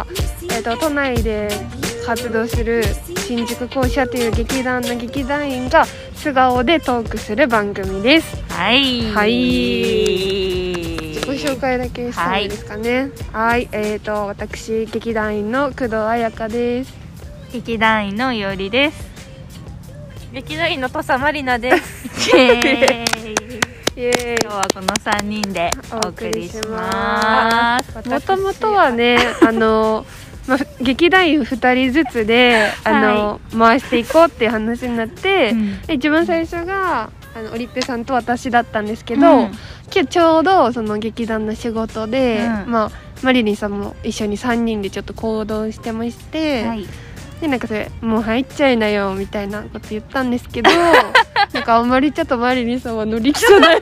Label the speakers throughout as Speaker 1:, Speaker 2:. Speaker 1: ーと都内で活動する新宿校舎という劇団の劇団員が素顔でトークする番組です
Speaker 2: はい
Speaker 1: はい自己紹介だけしたいですかねはいえーと私劇団員の工藤彩香です
Speaker 2: 劇団員のいおりです
Speaker 3: 劇団員の土佐まりなです。
Speaker 2: イエー
Speaker 1: イ
Speaker 2: イ
Speaker 1: エ
Speaker 2: 今日はこの三人でお送りします
Speaker 1: もともとはねあの、まあ、劇団員2人ずつであの、回していこうっていう話になって、
Speaker 2: うん
Speaker 1: で一番最初があのオリッペさんと私だったんですけど、
Speaker 2: うん
Speaker 1: 今日ちょうどその劇団の仕事で、
Speaker 2: うん
Speaker 1: まあ、マリリンさんも一緒に3人でちょっと行動してまして、
Speaker 2: はい
Speaker 1: でなんかそれ「もう入っちゃいなよ」みたいなこと言ったんです けどなんかあんまりちょっとマリリンさんは乗り気じゃない。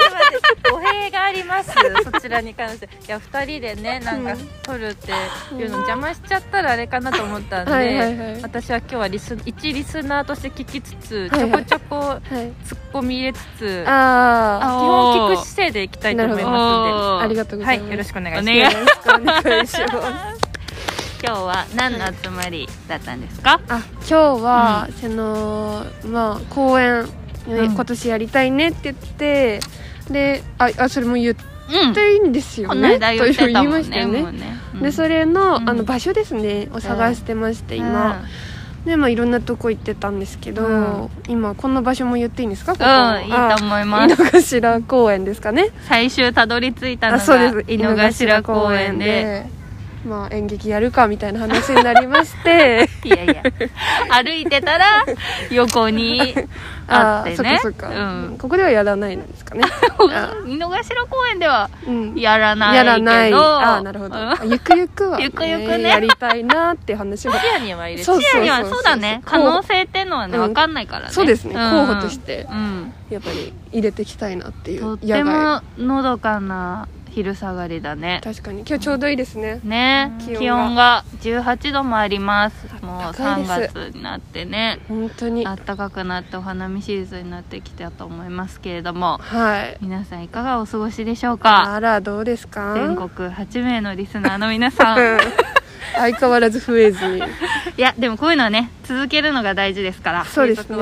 Speaker 3: 語弊があ ります。そちらに関して。いや、二人でね、なんか撮るっていうの邪魔しちゃったらあれかなと思ったんで。
Speaker 1: はいはいはい
Speaker 3: 私は今日はリス一リスナーとして聞きつつ、
Speaker 1: はいはい
Speaker 3: ちょこちょこ
Speaker 1: はい、
Speaker 3: ツッコミ入れつつ、
Speaker 1: あ
Speaker 3: 基本聞く姿勢でいきたいと思いま
Speaker 2: おー
Speaker 1: ありがと
Speaker 3: す
Speaker 1: う
Speaker 3: の
Speaker 1: ご
Speaker 3: で、
Speaker 1: ざ
Speaker 3: はい
Speaker 1: ます。
Speaker 3: い、よろしくお願い
Speaker 2: お
Speaker 3: します。
Speaker 2: 願い
Speaker 1: よろしくお願いします。
Speaker 2: 今日は何の集まりだったんですか
Speaker 1: あ、今日は、そのまあ公演、ね
Speaker 2: うん
Speaker 1: 今年やりたいねって言って、で、あ、あそれも言っ
Speaker 2: うん
Speaker 1: ていいんですよ
Speaker 2: この
Speaker 1: ね。
Speaker 2: 間言ってたも
Speaker 1: というんふうに言
Speaker 2: ね
Speaker 1: いましたよ
Speaker 2: もう
Speaker 1: ね。
Speaker 2: ね
Speaker 1: でそれの、
Speaker 2: うん
Speaker 1: あの場所ですねを探してまして、今、でまあいろんなとこ行ってたんですけど、
Speaker 2: うん
Speaker 1: 今この場所も言っていいんですかここ
Speaker 2: うんいいと思い
Speaker 1: あ
Speaker 2: ます
Speaker 1: 井の頭公園ですかね
Speaker 2: 最終たどり着いたの
Speaker 1: あそう
Speaker 2: が
Speaker 1: です
Speaker 2: 井の頭公園で
Speaker 1: まあ演劇やるかみたいな話になりまして
Speaker 2: いやい や歩いてたら横に あってね
Speaker 1: あーそっかそっか、
Speaker 2: うん
Speaker 1: ここではやらないんです かねあ
Speaker 2: 井の頭公園では
Speaker 1: うん
Speaker 2: やらないけど
Speaker 1: やらないあーなるほど、
Speaker 2: うん
Speaker 1: あゆくゆくは、
Speaker 2: ゆくゆくね
Speaker 1: やりたいなって話も
Speaker 3: 視野には入れて
Speaker 1: そう
Speaker 2: 視野にはそうだね
Speaker 1: そ
Speaker 2: 可
Speaker 1: う
Speaker 2: 能性ってのはね
Speaker 1: うん
Speaker 2: 分かんないからね
Speaker 1: そうですね
Speaker 2: ん
Speaker 1: 候補として
Speaker 2: うん
Speaker 1: やっぱり入れていきたいなっていう
Speaker 2: とっ
Speaker 1: 野外
Speaker 2: てものどかな昼下がりだね
Speaker 1: 確かに今日ちょうどいいですね
Speaker 2: ね
Speaker 1: 気温が
Speaker 2: 気温が18度もありますもう
Speaker 1: 高い
Speaker 2: 3
Speaker 1: です
Speaker 2: 月になってね
Speaker 1: 本当に
Speaker 2: 暖かくなってお花見シーズンになってきたと思いますけれども
Speaker 1: はい
Speaker 2: 皆さんいかがお過ごしでしょうか
Speaker 1: あらどうですか
Speaker 2: 全国8名のリスナーの皆さ
Speaker 1: うん
Speaker 2: ん
Speaker 1: 相変わらず増えずに
Speaker 2: いやでもこういうのはね続けるのが大事ですから
Speaker 1: そうですね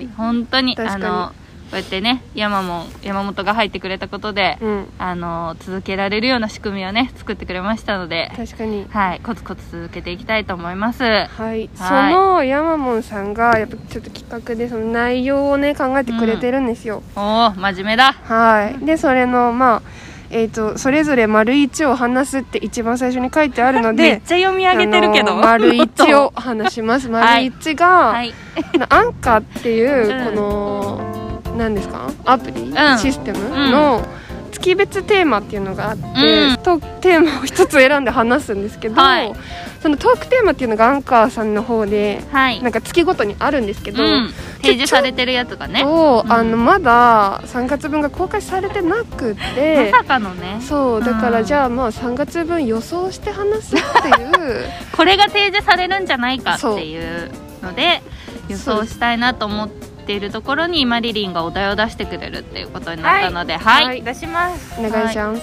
Speaker 2: うん本当に
Speaker 1: 確かに
Speaker 2: あのこうやってね山も山本が入ってくれたことで、
Speaker 1: うん
Speaker 2: あの続けられるような仕組みをね作ってくれましたので
Speaker 1: 確かに
Speaker 2: はいコツコツ続けていきたいと思います
Speaker 1: はい、
Speaker 2: はい
Speaker 1: そのヤマモンさんがやっぱちょっと企画でその内容をね考えてくれてるんですよ、
Speaker 2: おお真面目だ
Speaker 1: はいでそれのまあえっ、とそれぞれ丸一を話すって一番最初に書いてあるので
Speaker 2: めっちゃ読み上げてるけど、
Speaker 1: あの丸一
Speaker 2: も
Speaker 1: を
Speaker 2: っ
Speaker 1: 話します
Speaker 2: は
Speaker 1: 丸
Speaker 2: い
Speaker 1: 一
Speaker 2: と
Speaker 1: が、
Speaker 2: はい
Speaker 1: アンカーっていう
Speaker 2: うん
Speaker 1: この、何ですかアプリ、
Speaker 2: ん
Speaker 1: システムの月別テーマっていうのがあって、
Speaker 2: うん
Speaker 1: トークテーマを一つ選んで話すんですけど、
Speaker 2: はい
Speaker 1: そのトークテーマっていうのがアンカーさんの方で
Speaker 2: はい
Speaker 1: なんか月ごとにあるんですけど、
Speaker 2: うん、提示されてるやつがね
Speaker 1: を
Speaker 2: うん
Speaker 1: あのまだ3月分が公開されてなく
Speaker 2: ま
Speaker 1: て。
Speaker 2: さかのね
Speaker 1: そうだか
Speaker 2: う
Speaker 1: ら
Speaker 2: ん
Speaker 1: じゃあまあ3月分予想して話すっていう
Speaker 2: これが提示されるんじゃないかっていうので予
Speaker 1: そう
Speaker 2: 想
Speaker 1: で
Speaker 2: したいなと思っているところにマリリンがお題を出してくれるっていうことになったのではい
Speaker 1: は
Speaker 2: はいい、
Speaker 3: 出します。
Speaker 1: お願いします、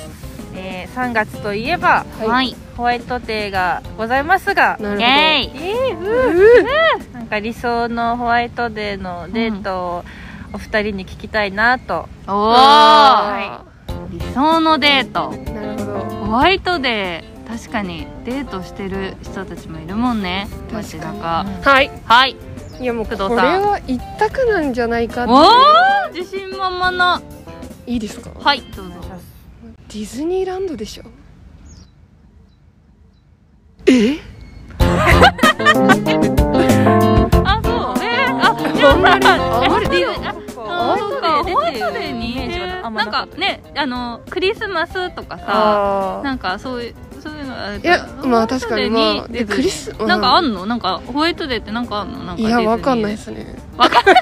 Speaker 3: えー、3月といえば
Speaker 1: はい
Speaker 3: ホワイトデーがございますが、
Speaker 1: なるほど
Speaker 2: イエーイ
Speaker 3: えー、なんか理想のホワイトデーのデートをお二人に聞きたいなと、
Speaker 2: おー
Speaker 1: あ
Speaker 2: 理想のデート
Speaker 1: ーなるほど
Speaker 2: ホワイトデー確かにデートしてる人たちもいるもんね街
Speaker 1: 確かに
Speaker 2: 中
Speaker 1: はい
Speaker 2: はい
Speaker 1: いやもうこれ
Speaker 2: 工藤さん
Speaker 1: は一択なんじゃないかっ
Speaker 2: おお自信満々ない
Speaker 1: いですか
Speaker 2: はいどうぞ
Speaker 1: ディズニーランドでしょあんまり
Speaker 2: あそうえー、あ
Speaker 1: あんまり
Speaker 2: ディズニーあ
Speaker 3: ホ
Speaker 2: あそうだホワイトデー
Speaker 3: イ
Speaker 2: に
Speaker 3: メージがあんま
Speaker 2: なん
Speaker 3: なか
Speaker 2: か
Speaker 3: った
Speaker 2: ねあのクリスマスとかさ
Speaker 1: あ
Speaker 2: なんかそういうそういうのある
Speaker 1: い
Speaker 2: けど
Speaker 1: やまあ確かに
Speaker 2: ホワイ
Speaker 1: ま
Speaker 2: ト
Speaker 1: あ
Speaker 2: デー
Speaker 1: で
Speaker 2: にディズニー
Speaker 1: クリス
Speaker 2: なんかあ
Speaker 1: うん
Speaker 2: のなんかホワイトデーってなんかあんのなんか
Speaker 1: いやわかんない
Speaker 2: ディ
Speaker 1: で
Speaker 2: ズ
Speaker 1: すね
Speaker 2: わ
Speaker 1: かん ない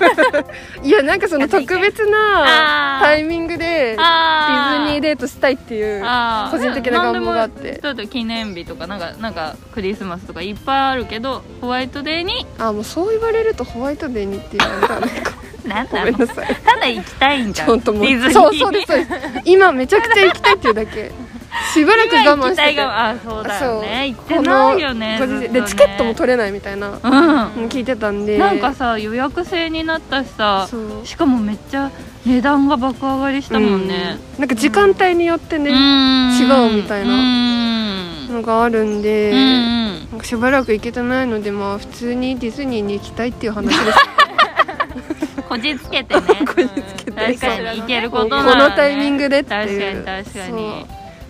Speaker 1: いやなんかその特別
Speaker 2: ニー
Speaker 1: な
Speaker 2: あ
Speaker 1: タイミングでディズニー
Speaker 2: で
Speaker 1: デートしたいっていう個人的な願望があって
Speaker 2: ちょっと記念日とかなんかなんかクリスマスとかいっぱいあるけどホワイトデーに
Speaker 1: あもうそう言われるとホワイトデーにっていうのはなんか
Speaker 2: なん
Speaker 1: ご
Speaker 2: だ
Speaker 1: め
Speaker 2: ろ
Speaker 1: んな
Speaker 2: う
Speaker 1: さい
Speaker 2: ただ行きたいんじゃん
Speaker 1: 本当も
Speaker 2: ディズニ
Speaker 1: う
Speaker 2: ー
Speaker 1: そうそうですそうです今めちゃくちゃ行きたいっていうだけしばらく我慢
Speaker 3: 行き
Speaker 1: したて
Speaker 3: い
Speaker 1: て
Speaker 3: があそうだよね行って
Speaker 1: こ
Speaker 3: な
Speaker 1: の
Speaker 3: いよね
Speaker 1: ご時世
Speaker 3: ずっと
Speaker 1: で
Speaker 3: ね
Speaker 1: チケットも取れないみたいな
Speaker 3: うん
Speaker 1: うん聞いてたんで
Speaker 2: なんかさ予約制になったしさ
Speaker 1: そう
Speaker 2: しかもめっちゃ値段が爆上がりしたもんね、
Speaker 1: うんなんか時間帯によって
Speaker 2: う
Speaker 1: ね、
Speaker 2: ん
Speaker 1: 違うみたいな
Speaker 2: うん
Speaker 1: のがあるんで、
Speaker 2: うん
Speaker 1: なんかしばらく行けてないのでまあ普通にディズニーに行きたいっていう話 です
Speaker 2: こじつけてね
Speaker 1: こじつけて
Speaker 2: 確かにいけることなら、ね、
Speaker 1: このタイミングでって
Speaker 2: 確か
Speaker 1: いう
Speaker 2: に確かに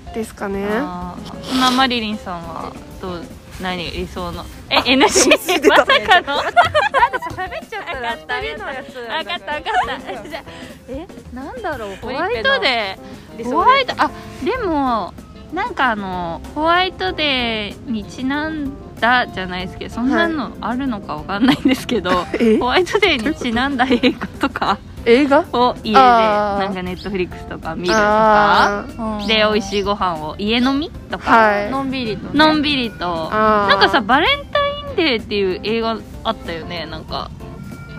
Speaker 1: そうですかね
Speaker 2: あーそんなマリリンさんはどう何理想のえ NC まさかの
Speaker 3: 喋っちゃったら二人のやつ
Speaker 2: 分かった分かったじゃあ
Speaker 3: えなんだろう
Speaker 2: ホワイトデ
Speaker 3: 理
Speaker 2: ー
Speaker 3: 想
Speaker 2: ホワイトあでもなんかあのホワイトデーにちなんだじゃないですけどそんなのあるのかわかんないんですけど、
Speaker 1: え
Speaker 2: ホワイトデーにちなんだ映画とか
Speaker 1: 映画
Speaker 2: を家で
Speaker 1: あー
Speaker 2: なんかネットフリックスとか見るとか
Speaker 3: うん
Speaker 2: で美味しいご飯を家飲みとか、
Speaker 1: はい
Speaker 3: のんびりとね
Speaker 2: のんびりと
Speaker 1: な
Speaker 2: なんかさバレンタインデーっていう映画あったよねなんか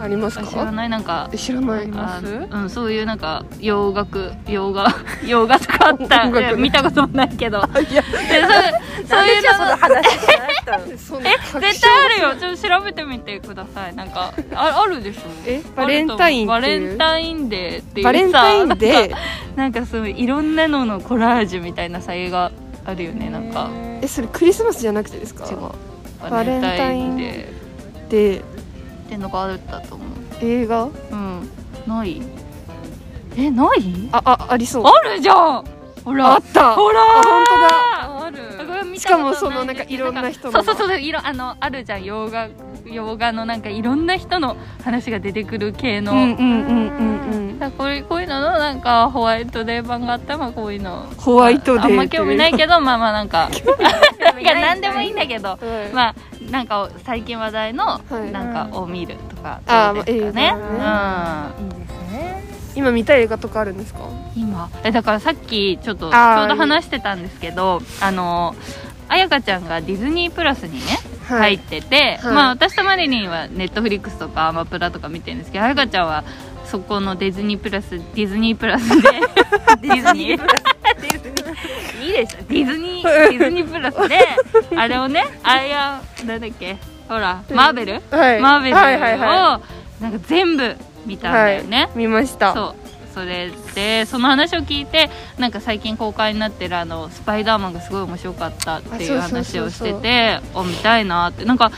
Speaker 1: あります
Speaker 2: あ知ら
Speaker 1: か
Speaker 2: ないなんか
Speaker 1: え知らない
Speaker 3: り
Speaker 2: あ
Speaker 3: ます
Speaker 2: うん、そういうなんか洋楽洋画 洋画とかあった
Speaker 1: 音楽の
Speaker 2: いや見たこともないけど
Speaker 1: いや
Speaker 2: でそうそういう
Speaker 3: なんでじゃあその
Speaker 2: の
Speaker 3: 話しなかったの
Speaker 1: そんな
Speaker 2: え絶対あるよちょっと調べてみてくださいなんかああるでしょ
Speaker 1: えバレンタイン
Speaker 2: あ
Speaker 1: っ
Speaker 2: ると
Speaker 1: てい
Speaker 2: 思うバレン
Speaker 1: う
Speaker 2: タインデーっていうさ
Speaker 1: バレンタインデー
Speaker 2: なんかそういういろんなののコラージュみたいなさ映画あるよねなんか
Speaker 1: えそれクリスマスじゃなくてですか
Speaker 2: 違うバ
Speaker 1: バ
Speaker 2: レ
Speaker 1: レ
Speaker 2: ン
Speaker 1: ン
Speaker 2: タ
Speaker 1: タ
Speaker 2: イ
Speaker 1: イ
Speaker 2: ン
Speaker 1: ン
Speaker 2: デ
Speaker 1: デ
Speaker 2: ー
Speaker 1: で
Speaker 2: ってのがあったと思う
Speaker 1: 映画
Speaker 2: うんないえない
Speaker 1: ああありそう
Speaker 2: あるじゃんほら
Speaker 1: あった
Speaker 2: ほら
Speaker 1: あ本当だ
Speaker 3: あある
Speaker 1: しかもそのなんかいろんな人
Speaker 2: そ
Speaker 1: の
Speaker 2: うそうそう色あのあるじゃん洋画洋画のなんかいろんな人の話が出てくる系の、
Speaker 1: うんうんうんうんうん
Speaker 2: だからこういうこういうののなんかホワイトデー版があったらまあこういうの
Speaker 1: ホワイトデー
Speaker 2: あんま興味ないけどまあまあなんかなんか何でもいいん
Speaker 3: ね
Speaker 2: だけど
Speaker 1: はい
Speaker 2: まあなんか最近話題の
Speaker 1: はい
Speaker 2: なんかを見るとか
Speaker 1: あー
Speaker 2: どうですかね,、
Speaker 1: ま
Speaker 2: うん
Speaker 1: 今見たい映画とかあるんですか
Speaker 2: 今えだからさっきちょっとちょうど
Speaker 1: あー
Speaker 2: 話してたんですけどあの彩香ちゃんがディズニープラスにね
Speaker 1: は
Speaker 2: 入ってて、
Speaker 1: はい
Speaker 2: まあ私とマリリンはネットフリックスとかアマプラとか見てるんですけど彩香ちゃんはそこのディズニープラスディズニープラ スでディズニーいいでしょディズ ニーディズニープラスであれをねあれやなんだっけほらマーベル、
Speaker 1: はい
Speaker 2: マーベルを、
Speaker 1: はいはいは
Speaker 2: なんか全部見たんだよね、
Speaker 1: い見ました
Speaker 2: そうそれでその話を聞いてなんか最近公開になってるあの「スパイダーマン」がすごい面白かったっていう
Speaker 1: あそうそう
Speaker 2: 話
Speaker 1: そ
Speaker 2: を
Speaker 1: う
Speaker 2: し
Speaker 1: そう
Speaker 2: ててあ見たいなってなんか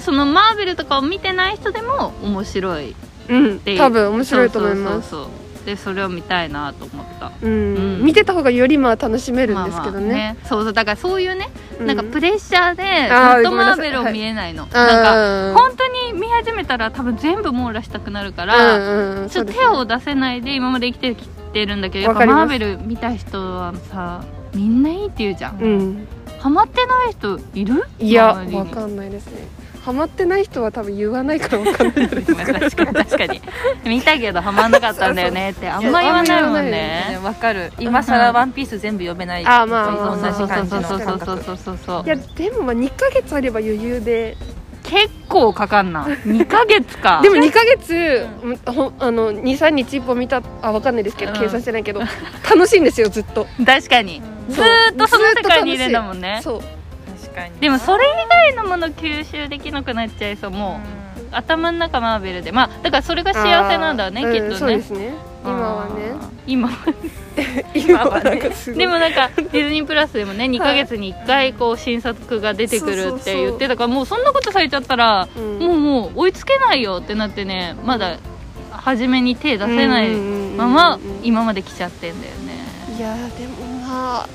Speaker 2: そのマーベルとかを見てない人でも面白いっ
Speaker 1: うん
Speaker 2: ていう
Speaker 1: 多分面白いと思います
Speaker 2: そうそうそうそうでそれを見たいなと思った
Speaker 1: う
Speaker 2: うん
Speaker 1: ん見てた方がよりまあ楽しめるんですけど
Speaker 2: まあまあ
Speaker 1: ね
Speaker 2: そうそうだからそういうね、
Speaker 1: う
Speaker 2: なんかプレッシャーで
Speaker 1: あー
Speaker 2: ずっと
Speaker 1: ごめん
Speaker 2: マ
Speaker 1: な
Speaker 2: ー
Speaker 1: さ
Speaker 2: ベ
Speaker 1: い
Speaker 2: ルを見れないのなんか
Speaker 1: なん
Speaker 2: 本当に見始めたら多分全部網羅したくなるから、ちょっと手を出せないで今まで生きてきてるんだけどや
Speaker 1: わ
Speaker 2: っぱ
Speaker 1: かり
Speaker 2: マ
Speaker 1: ま
Speaker 2: ー
Speaker 1: す
Speaker 2: ベル見た人はさみんないいって言うじゃん、
Speaker 1: うん
Speaker 2: ハマってない人いる
Speaker 1: いや
Speaker 2: 周りに
Speaker 1: わかんないですねハマってない人は多分言わないからわかんないです
Speaker 2: まあ確かに確かに見たけどハマんなかったんだよねってあんま言わないもんね
Speaker 3: わかる今さらワンピース全部読めない
Speaker 1: あまあ
Speaker 3: そう
Speaker 1: まあまあ
Speaker 3: そ
Speaker 2: そうそ
Speaker 3: んな
Speaker 2: う
Speaker 3: 感じ
Speaker 2: そう
Speaker 3: の
Speaker 2: そう
Speaker 3: 感
Speaker 2: そう
Speaker 3: 覚
Speaker 2: そうそうそう
Speaker 1: いやでもまあ2ヶ月あれば余裕で
Speaker 2: 結構かかんな2ヶ月か
Speaker 1: でも2ヶ月ほんあの23日一本見たあわかんないですけど
Speaker 2: うん
Speaker 1: 計算してないけど楽しいんですよずっ と
Speaker 2: 確かに
Speaker 3: うん
Speaker 2: ずーっとその世界にいるんだ
Speaker 1: ん
Speaker 2: もんね
Speaker 1: そう
Speaker 3: 確かに
Speaker 2: でもそれ以外のもの吸収できなくなっちゃいそうもう、
Speaker 3: う
Speaker 2: 頭の中マーベルでまあだからそれが幸せなんだねき
Speaker 1: あ
Speaker 2: っ
Speaker 1: ー
Speaker 2: と
Speaker 1: う
Speaker 2: ね、
Speaker 1: そうですね今はね
Speaker 2: あー今は
Speaker 1: 今はなんかすごい
Speaker 2: でもなんかディズニープラスでもね2ヶ月に1回こう新作が出てくるって言ってだからもうそんなことされちゃったら
Speaker 1: うん
Speaker 2: もうもう追いつけないよってなってねまだ初めに手出せない
Speaker 1: うんうんうんうん
Speaker 2: まま今まで来ちゃってんだよね
Speaker 1: いやーでもまあ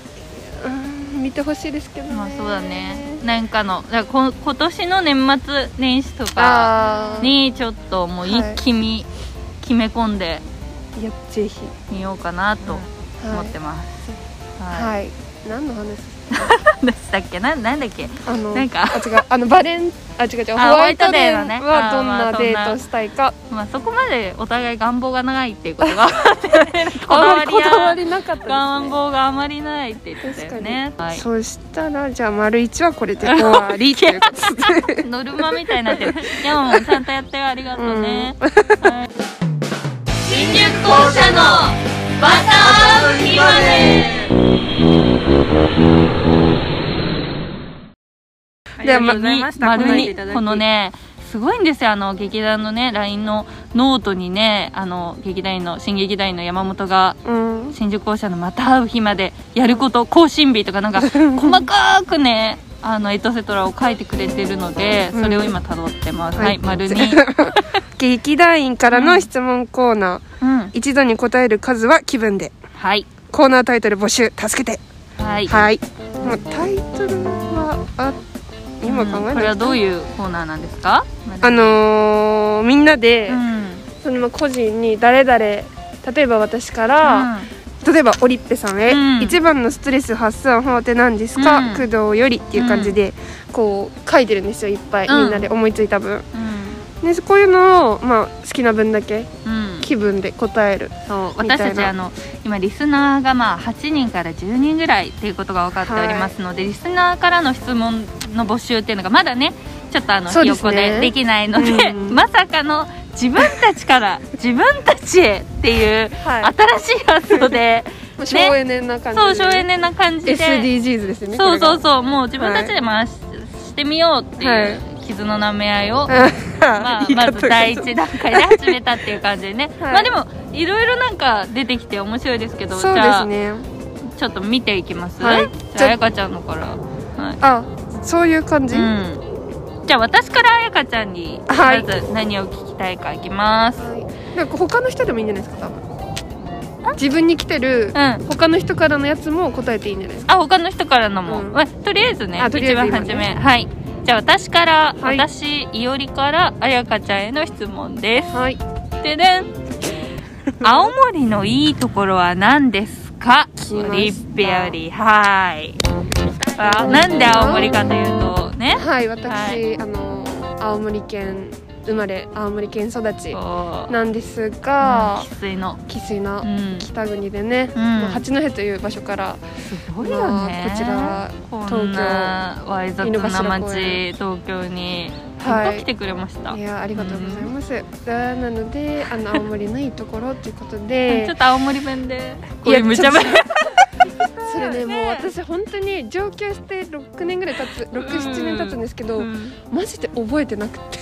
Speaker 1: うん見てほしいですけどね
Speaker 2: まあそうだねなんかのだからこ今年の年末年始とか
Speaker 1: ああい
Speaker 2: にちょっともう一気に決め込んで
Speaker 1: やぜひ
Speaker 2: みようかなと思
Speaker 1: は
Speaker 2: っ
Speaker 1: い
Speaker 2: てます。はい
Speaker 1: はい何の話
Speaker 2: 何でしたっけななんだっけ
Speaker 1: あの
Speaker 2: なんか
Speaker 1: あ違うあのバレンあ違う違うホ
Speaker 2: あ
Speaker 1: ワイトデ
Speaker 2: ホワイトデーのね
Speaker 1: ーはどん
Speaker 2: あーまあ
Speaker 1: な
Speaker 2: そん
Speaker 1: デ
Speaker 2: な
Speaker 1: ートしたいか
Speaker 2: まあそこまでお互い願望がないっていうことがこだ
Speaker 1: あ
Speaker 2: わ
Speaker 1: まり
Speaker 2: り
Speaker 1: こだわ
Speaker 2: や
Speaker 1: りなかったです
Speaker 2: 願
Speaker 1: ね
Speaker 2: 望があまりないって言ってたよね、はい、
Speaker 1: そしたらじゃあ丸一はこれで終わりという ことで
Speaker 2: ノルマみたいになってるヤマもちゃんとやってよありがとうね、はい新宿校舎のバターアップヒマネ
Speaker 3: ありがとうございました
Speaker 2: 丸
Speaker 3: 答えて
Speaker 2: に
Speaker 3: いただき
Speaker 2: このねすごいんですよあの劇団のね LINE のノートにねあの劇団員の新劇団員の山本が
Speaker 1: うん
Speaker 2: 新宿校舎のまた会う日までやること更新日と かなんか細かくねあのエトセトラを書いてくれてるのでそれを今たどってます、
Speaker 1: はい
Speaker 2: はい丸 に、
Speaker 1: 劇団員からの質問コーナー、
Speaker 2: うん、
Speaker 1: 一度に答える数は気分で
Speaker 2: はい
Speaker 1: コーナータイトル募集助けて
Speaker 2: はい、
Speaker 1: はい、もうタイトルはあ今考
Speaker 2: う
Speaker 1: え
Speaker 2: んこれ
Speaker 1: な、
Speaker 2: はいどういうコーナーなんですか
Speaker 1: あのーみんなで、
Speaker 2: うん
Speaker 1: そのまあ個人に誰々例えば私から、例えばオリッペさんへ、
Speaker 2: うん
Speaker 1: 一番のストレス発散法って何ですか、
Speaker 2: うん
Speaker 1: 工藤よりっていう感じで、こう書いてるんですよいっぱい、
Speaker 2: うん
Speaker 1: みんなで思いついた分
Speaker 2: うん
Speaker 1: でこういうのを、まあ、好きな分だけ
Speaker 2: うんうん
Speaker 1: 気分で答える
Speaker 2: そう
Speaker 1: みた
Speaker 2: 私
Speaker 1: いな
Speaker 2: たちあの今リスナーがまあ8人から10人ぐらいっていうことが分かっておりますので、リスナーからの質問の募集っていうのがまだねちょっとあの
Speaker 1: そう
Speaker 2: ひ
Speaker 1: で
Speaker 2: よ
Speaker 1: すね
Speaker 2: こでできないので、
Speaker 1: うん
Speaker 2: まさかの自分たちから自分たちへっていう
Speaker 1: はい
Speaker 2: 新しい発想で、
Speaker 1: もう省エネな 感じ
Speaker 2: そう
Speaker 1: で
Speaker 2: 省エネな感じで
Speaker 1: SDGs ですね
Speaker 2: そうそう
Speaker 1: う
Speaker 2: そうもう自分たちで回し,、てみようっていう傷の舐め合いを、ま あ、まず第一段階で始めたっていう感じでね、
Speaker 1: はい
Speaker 2: まあでもいろいろなんか出てきて面白いですけど
Speaker 1: そう
Speaker 2: じ
Speaker 1: で
Speaker 2: ゃ
Speaker 1: す
Speaker 2: あ、
Speaker 1: ね
Speaker 2: ちょっと見ていきます、
Speaker 1: はい
Speaker 2: じ
Speaker 1: じ
Speaker 2: ゃ
Speaker 1: ゃあ
Speaker 2: あ彩香ちゃんのから、はい
Speaker 1: あそういう感じ、
Speaker 2: うん、じゃあ私から彩香ちゃんに
Speaker 1: は
Speaker 2: ま
Speaker 1: い
Speaker 2: ず何を聞きたいかいきます、
Speaker 1: なんか他の人でもいいんじゃないですか多分自分に来てる
Speaker 2: うん
Speaker 1: 他の人からのやつも答えていいんじゃないですか
Speaker 2: あ他の人からのも、
Speaker 1: うん
Speaker 2: まあとりあえずね
Speaker 1: あとりあえず
Speaker 2: 一
Speaker 1: 今
Speaker 2: 番
Speaker 1: ね
Speaker 2: 初めはいじゃあ私から、
Speaker 1: はい
Speaker 2: 私いおりから彩香ちゃんへの質問です
Speaker 1: はい
Speaker 2: ででん青森のいいところは何ですか
Speaker 1: 来ました
Speaker 2: リッペよりはいあなんで青森かというとね
Speaker 1: はい私、
Speaker 2: はい
Speaker 1: あの青森県生まれ青森県育ち
Speaker 2: こう
Speaker 1: なんです
Speaker 2: 生
Speaker 1: が
Speaker 2: 粋の
Speaker 1: 生粋な
Speaker 2: うん
Speaker 1: 北国でね、
Speaker 2: うん
Speaker 1: まあ八戸という場所から
Speaker 2: すごいよ
Speaker 1: ま
Speaker 2: ね、
Speaker 1: あこちら
Speaker 2: こんなわいざ
Speaker 1: 東京
Speaker 2: と
Speaker 1: 井の
Speaker 2: な
Speaker 1: 頭公
Speaker 2: 町
Speaker 1: 園
Speaker 2: 東京に
Speaker 1: はい
Speaker 2: よく来てくれました、
Speaker 1: いやありがとうございます、だなのであの 青森のいいところっていうこと
Speaker 2: ち
Speaker 1: で
Speaker 2: ょっと青森弁で
Speaker 1: いや
Speaker 2: こうう無茶ぶり
Speaker 1: それね
Speaker 2: ね
Speaker 1: もう私本当に上京して6年ぐらい経つ67年経つんですけど、
Speaker 2: うん
Speaker 1: マジで覚えてなくて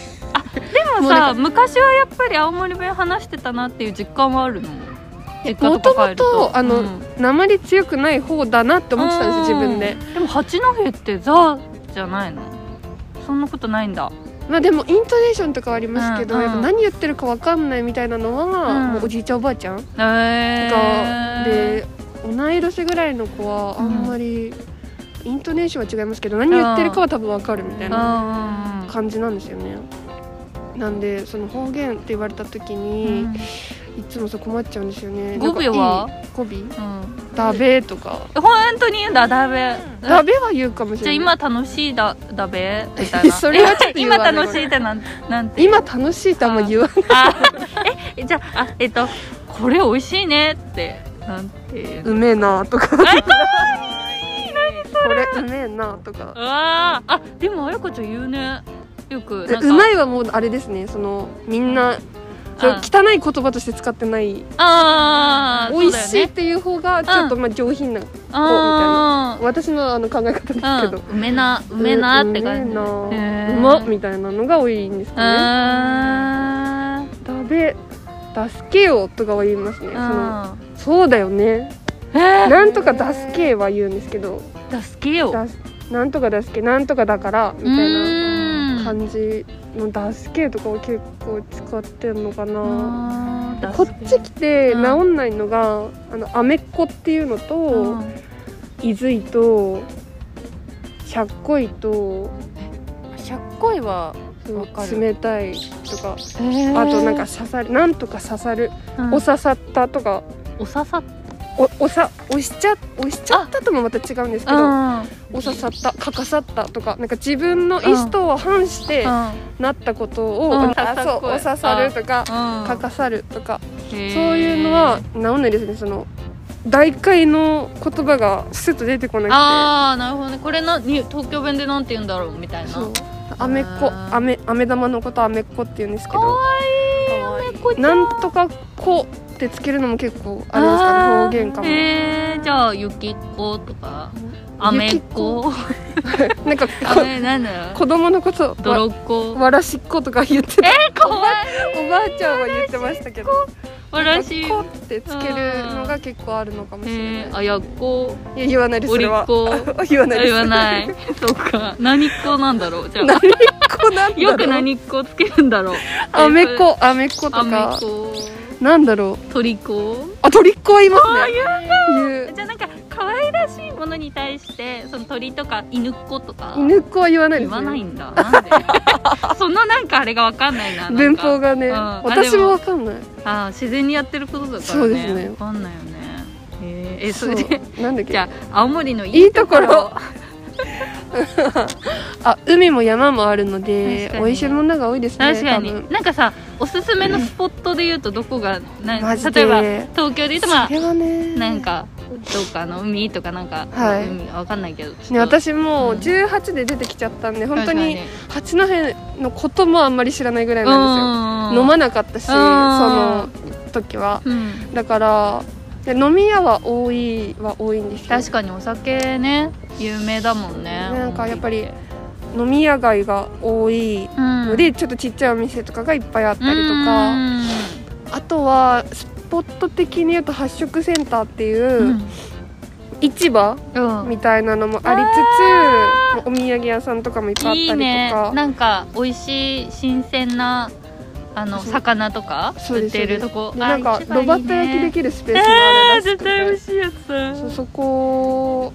Speaker 2: でも
Speaker 1: もうな
Speaker 2: さ昔はやっぱり青森弁話してたなっていう実感はあるの実家
Speaker 1: も
Speaker 2: と
Speaker 1: と
Speaker 2: か
Speaker 1: も
Speaker 2: 帰ると
Speaker 1: とあの、
Speaker 2: うん
Speaker 1: 鉛強くない方だなって思ってたんですよ自分で
Speaker 2: うんでも八戸ってザじゃないのそんなことないんだ
Speaker 1: まあでもイントネーションとかはありますけど、
Speaker 2: うんうん
Speaker 1: やっぱ何言ってるかわかんないみたいなのは、
Speaker 2: うん
Speaker 1: もうおじいちゃんおばあちゃんが、
Speaker 2: へえ
Speaker 1: で同い年ぐらいの子はあんまり、イントネーションは違いますけど何言ってるかは多分わかるみたい
Speaker 2: うんう
Speaker 1: なん感じなんですよね。なんでその方言って言われた時に、いつもそう困っちゃうんですよね。
Speaker 2: 語尾
Speaker 1: な
Speaker 2: は
Speaker 1: んかいい語
Speaker 2: うんうん
Speaker 1: 尾だべとか、
Speaker 2: 本当に言うんだだべ
Speaker 1: だべは言うかもしれ
Speaker 2: じゃあ
Speaker 1: ない。
Speaker 2: 今楽しいだだべみたいな
Speaker 1: それはちょっと言
Speaker 2: 今
Speaker 1: わない
Speaker 2: 楽しいってなんな んて
Speaker 1: 今楽しいとあんま言わない。
Speaker 2: あえじゃああえっとこれ美味しいねってなんていうの
Speaker 1: うめえなとか、こ
Speaker 2: あかわいい
Speaker 1: れうめえなとか。
Speaker 2: わーあでもあやかちゃん言うねよく
Speaker 1: で
Speaker 2: なんか
Speaker 1: うまいはもうあれですねそのみんなその
Speaker 2: あ
Speaker 1: 汚い言葉として使ってない
Speaker 2: ああ
Speaker 1: 美味しいっていう方がちょっとまあ上品な
Speaker 2: あ
Speaker 1: 私のあの考え方ですけ
Speaker 2: あ
Speaker 1: ど
Speaker 2: うん梅な梅なって感じ
Speaker 1: うめえ
Speaker 2: へ
Speaker 1: な
Speaker 2: ー
Speaker 1: うまっみたいなのが多いんですかね
Speaker 2: あー
Speaker 1: 食べ助けようとかは言いますねその
Speaker 2: あ
Speaker 1: そうだよね
Speaker 2: ーえ
Speaker 1: なんとか助けは言うんですけど
Speaker 2: ー助けよう
Speaker 1: だすなんとか助けなんとかだからみ
Speaker 2: う
Speaker 1: たい
Speaker 2: ー
Speaker 1: なん感じの助けとかを結構使ってんのかな
Speaker 2: あー
Speaker 1: こっち
Speaker 2: 助
Speaker 1: 来て治
Speaker 2: うん
Speaker 1: んないのが、あのアメッコっていうの
Speaker 2: けようう
Speaker 1: と、
Speaker 2: ん
Speaker 1: イズイとしゃっこいと
Speaker 3: しゃっこいは
Speaker 1: その
Speaker 3: わかる
Speaker 1: 冷たいとか
Speaker 2: えー
Speaker 1: あとなんか刺さるなんとか刺さる、
Speaker 2: うん
Speaker 1: お刺さったとか
Speaker 2: おささっ
Speaker 1: おおさ押しちゃ押しちゃったともまた違うんですけど
Speaker 2: た
Speaker 1: お刺さったかかさったとかなんか自分の意思とは反してなったことを、
Speaker 2: うん
Speaker 1: あそうお刺さるとかか
Speaker 2: か
Speaker 1: かさるとか
Speaker 2: そう
Speaker 1: そういうのは治んないですねその大会の言葉がスッと出てこな
Speaker 2: ああなるほどねこれなに東京弁でなんて言うんだろうみたい
Speaker 1: くて
Speaker 2: な
Speaker 1: そうアメッコ
Speaker 2: うん
Speaker 1: アメアメ玉のことアメッコって言うんですけ
Speaker 2: かわ
Speaker 1: ど
Speaker 2: いいおめこちゃん
Speaker 1: なんとかこってつけるのも結構あれですかね方言かも、
Speaker 2: えー、じゃあ雪っ子とか雨っ 子
Speaker 1: なんかこ
Speaker 2: 雨なんだ
Speaker 1: 子供のことわ
Speaker 2: 泥っ子
Speaker 1: わらしっことか言ってた
Speaker 2: 怖い
Speaker 1: おばあちゃんは言ってましたけど
Speaker 2: 私
Speaker 1: こってつけるのが結構あるのかも
Speaker 2: え
Speaker 1: しれ
Speaker 2: ー、
Speaker 1: ない
Speaker 2: あやっこ
Speaker 1: いや言わないです
Speaker 2: お
Speaker 1: そ
Speaker 2: り
Speaker 1: れ
Speaker 2: っ
Speaker 1: は
Speaker 2: 子
Speaker 1: 言わないです
Speaker 2: 言わないとか何っ子なんだろうじゃ
Speaker 1: 何っ
Speaker 2: あ
Speaker 1: 子なんだろう
Speaker 2: よく何っ子つけるんだろう
Speaker 1: アメコアメコと
Speaker 2: アメ
Speaker 1: か
Speaker 2: 子
Speaker 1: なんだろう
Speaker 2: トリコ
Speaker 1: あトリックはいます
Speaker 2: あ
Speaker 1: ね
Speaker 2: いう
Speaker 1: 言う
Speaker 2: じゃあなんか可愛らしいものに対してその鳥とか犬っ子とか
Speaker 1: 犬っ子は言わないで
Speaker 2: 言
Speaker 1: す
Speaker 2: わ
Speaker 1: ね
Speaker 2: ないんだなんで そのなんかあれがわかんないななんか
Speaker 1: 文法がね、
Speaker 2: うん
Speaker 1: 私もわかんない
Speaker 2: あー自然にやってることだからね
Speaker 1: そうですね
Speaker 2: わかんないよねへーえそ
Speaker 1: そう
Speaker 2: れで
Speaker 1: なんだっけ
Speaker 2: じゃあ青森のい
Speaker 1: い
Speaker 2: い
Speaker 1: い
Speaker 2: と
Speaker 1: と
Speaker 2: こ
Speaker 1: こ
Speaker 2: ろ
Speaker 1: ろあ海も山もあるので
Speaker 2: 確かに
Speaker 1: 美味しいものが多いですね
Speaker 2: 確かに
Speaker 1: 多分
Speaker 2: なんかさおすすめのスポットで言うとどこがなん
Speaker 1: マジ
Speaker 2: 例
Speaker 1: で
Speaker 2: えば東京で言うとまあ
Speaker 1: それはね
Speaker 2: なんかどっかの海とかなんか、
Speaker 1: はい
Speaker 2: 海わかんないけどちょっと
Speaker 1: ね私も
Speaker 2: う
Speaker 1: うん18で出てきちゃったんで本当
Speaker 2: 確
Speaker 1: に
Speaker 2: か
Speaker 1: 八戸のこともあんまり知らないぐらいなんです
Speaker 2: うん
Speaker 1: よ飲まなかったしその
Speaker 2: ん
Speaker 1: 時は
Speaker 2: うん
Speaker 1: だからで飲み屋は多いは多いんですよ
Speaker 2: 確かにお酒ね有名だもんね
Speaker 1: なんかやっぱり飲み屋街が多いので、ちょっとちっちゃいお店とかがいっぱいあったりとか、
Speaker 2: うん
Speaker 1: あとはスポット的に言うと発色センターっていううん市場
Speaker 2: うん
Speaker 1: みたいなのもありつつ、お土産屋さんとかもいっぱいあったり
Speaker 2: い
Speaker 1: とか
Speaker 2: いねなんか美味しい新鮮なあの
Speaker 1: そう
Speaker 2: 魚とか
Speaker 1: そう
Speaker 2: 売
Speaker 1: で
Speaker 2: っ
Speaker 1: す
Speaker 2: てるとこ
Speaker 1: でなんかロバット焼きで
Speaker 2: る
Speaker 1: きるスペースがあるらし
Speaker 2: 絶
Speaker 1: く
Speaker 2: 対美味
Speaker 1: て
Speaker 2: しいやつだ
Speaker 1: そうそこ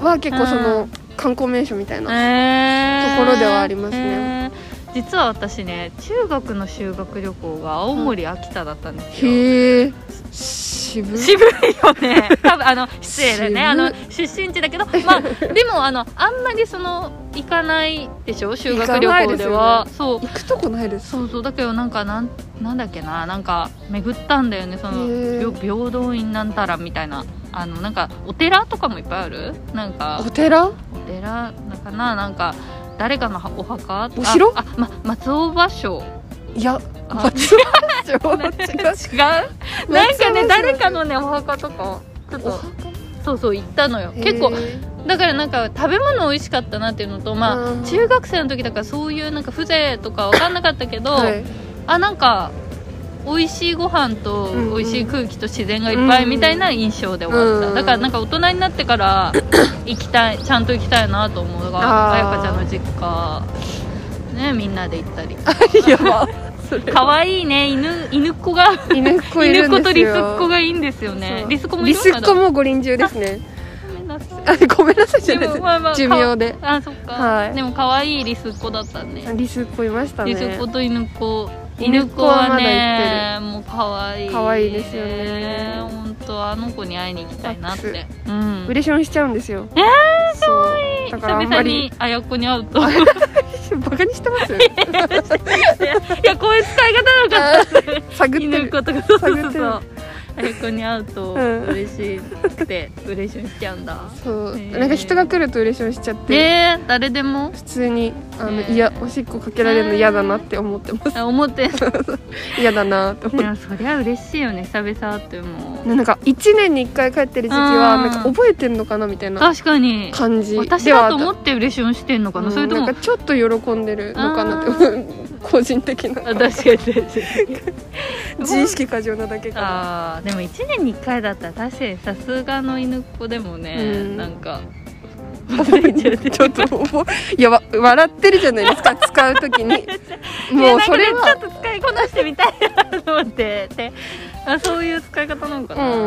Speaker 1: は結構その、
Speaker 2: うん
Speaker 1: 観光名所みたいな、
Speaker 2: えー
Speaker 1: ところではありますね
Speaker 2: えー実は私ね中学の修学旅行が青森秋田だったんですよ、
Speaker 1: へえ渋い
Speaker 2: 渋いよね多分あの失礼だ
Speaker 1: 渋い
Speaker 2: ねあの出身地だけどまあでもあのあんまりその行かないでしょ修学旅
Speaker 1: 行かない
Speaker 2: 行
Speaker 1: です
Speaker 2: で
Speaker 1: よね
Speaker 2: はそう
Speaker 1: 行くとこないです
Speaker 2: そうそうだけどなんかなんなんだっけななんか巡ったんだよねその
Speaker 1: へー
Speaker 2: びょ平等院なんたらみたいなあのなんかお寺とかもいっぱいあるなんか
Speaker 1: お寺
Speaker 2: お寺だかななんか誰かのはお墓とか
Speaker 1: お城
Speaker 2: あ、ま、松尾芭蕉
Speaker 1: いや
Speaker 2: あ
Speaker 1: 松尾芭蕉違う
Speaker 2: 違う なんかね誰かのねお墓とかちょ
Speaker 1: お
Speaker 2: っと
Speaker 1: 墓
Speaker 2: そうそう行ったのよ結構だからなんか食べ物美味しかったなっていうのとまあ、
Speaker 1: うん
Speaker 2: 中学生の時だからそういうなんか風情とか分かんなかったけど、
Speaker 1: はい
Speaker 2: あなんか美味しいご飯と
Speaker 1: うんうん
Speaker 2: 美味しい空気と自然がいっぱいみたいな印象で終わった、
Speaker 1: うん
Speaker 2: だからなんか大人になってから 行きたいちゃんと行きたいなと思うが
Speaker 1: あー
Speaker 2: 彩香ちゃんの実家ねみんなで行ったり
Speaker 1: やばそれ
Speaker 2: 可愛いね犬犬っ子が
Speaker 1: 犬っ子い
Speaker 2: 犬
Speaker 1: る
Speaker 2: っ
Speaker 1: んですよ
Speaker 2: 子とリスっ子がいいんですよね
Speaker 1: そう
Speaker 2: リスっ子もい
Speaker 1: リ
Speaker 2: る
Speaker 1: ス
Speaker 2: ま
Speaker 1: っ
Speaker 2: だ
Speaker 1: 子も五輪中ですね
Speaker 2: ごめんなさい
Speaker 1: あ ごめんなさいじゃないで
Speaker 2: ですもまあまあ
Speaker 1: 寿命で
Speaker 2: あそっか、
Speaker 1: はい
Speaker 2: でも可愛いリスっ子だったね
Speaker 1: リスっ子いましたね
Speaker 2: リスっ子と犬っ子
Speaker 1: 犬
Speaker 2: 犬
Speaker 1: っ
Speaker 2: っ
Speaker 1: 子
Speaker 2: 子
Speaker 1: は
Speaker 2: は
Speaker 1: まだ
Speaker 2: ねもう可愛い
Speaker 1: 可愛いですよね
Speaker 2: 本当あの子に会いに行きたいなっ
Speaker 1: ワ
Speaker 2: てうん
Speaker 1: ウレションしちゃうんですよえーかわいいだからあ
Speaker 2: 久
Speaker 1: んま
Speaker 2: 々
Speaker 1: り
Speaker 2: にあやっこに会うとい
Speaker 1: バカにして ます
Speaker 2: やこう いう使い方なのか
Speaker 1: 探って
Speaker 2: 犬っ
Speaker 1: る
Speaker 2: 子とかそうそうそ
Speaker 1: 探っ
Speaker 2: う
Speaker 1: て
Speaker 2: そ
Speaker 1: る
Speaker 2: うあやっこに会うと
Speaker 1: うん
Speaker 2: 嬉しくてウレションしちゃうんだ
Speaker 1: そう
Speaker 2: へー
Speaker 1: なんか人が来るとウレションしちゃって
Speaker 2: ねえ誰でも
Speaker 1: 普通にあの
Speaker 2: へー
Speaker 1: いやおしっこかけられるの嫌だなって思ってます
Speaker 2: あ 思ってい
Speaker 1: 嫌だ なって思って
Speaker 2: やそりゃ嬉しいよね久々会っても
Speaker 1: なんか1年に1回帰ってる時期は
Speaker 2: うん
Speaker 1: なんか覚えてんのかなみたいな
Speaker 2: 確かに
Speaker 1: 感じ
Speaker 2: 私
Speaker 1: ではあ
Speaker 2: だと
Speaker 1: った
Speaker 2: 思ってウレションしてんのかなそれと
Speaker 1: うん
Speaker 2: も
Speaker 1: なんかちょっと喜んでるのかなって思う 個人的な
Speaker 2: あ確かに確かに
Speaker 1: 自意識過剰なだけか
Speaker 2: あーでも1年に1回だったら確かにさすがの犬っ子でもね、
Speaker 1: うん
Speaker 2: なんか
Speaker 1: な ちょっと思ういやわ笑ってるじゃないですか使う 時にもうそれ
Speaker 2: いやな
Speaker 1: は
Speaker 2: んかねちょっと使いこなしてみたいなと思ってであそういう使い方なのか
Speaker 1: う
Speaker 2: な,、
Speaker 1: んま
Speaker 2: な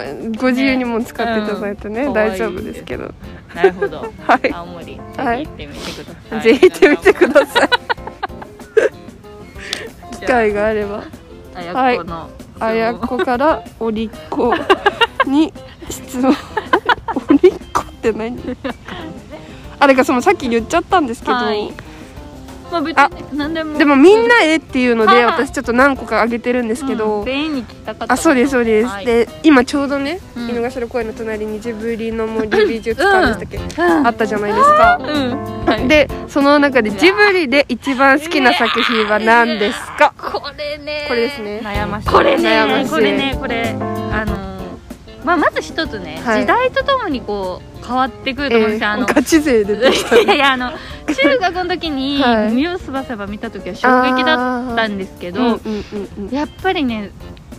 Speaker 1: あ
Speaker 2: んか
Speaker 1: ご自由にも使っていただいてね、
Speaker 2: うん
Speaker 1: 大丈夫ですけど
Speaker 2: なるほど
Speaker 1: はい
Speaker 2: 青森ぜひ
Speaker 1: はい
Speaker 2: 行ってみてください、
Speaker 1: ぜひ行ってみてください
Speaker 2: 機
Speaker 1: 機会があれば
Speaker 2: あやっこの、
Speaker 1: あや
Speaker 2: その
Speaker 1: こからおりっこに質問おりっこって何あだからそのさっき言っちゃったんですけど、
Speaker 2: はいまあ別
Speaker 1: あ
Speaker 2: に何でも
Speaker 1: でもみんなえっていうの
Speaker 2: はい
Speaker 1: で私ちょっと何個かあげてるんですけど、
Speaker 2: うん全員に聞きたかった
Speaker 1: あそうですそうです、
Speaker 2: はい
Speaker 1: で今ちょうどね、
Speaker 2: うん
Speaker 1: 犬ヶ城公園の隣にジブリの森美術館でしたっけ、
Speaker 2: うん
Speaker 1: あったじゃないですか、
Speaker 2: うんはい
Speaker 1: でその中でジブリで一番好きな作品は何ですか
Speaker 2: これれね
Speaker 1: これですね
Speaker 3: 悩ましい
Speaker 2: これ
Speaker 1: 悩ま
Speaker 2: ね
Speaker 1: しい
Speaker 2: これねこれあのーまあまず一つね、
Speaker 1: はい
Speaker 2: 時代とともにこう変わってくると思うんですよ、あの
Speaker 1: ガチ勢出てきた
Speaker 2: いやいやあの中学の時に
Speaker 1: はい
Speaker 2: 「ミをすばせば」見た時は衝撃だったんですけ
Speaker 1: け
Speaker 2: ど、
Speaker 1: うんうんうんうん
Speaker 2: やっぱりね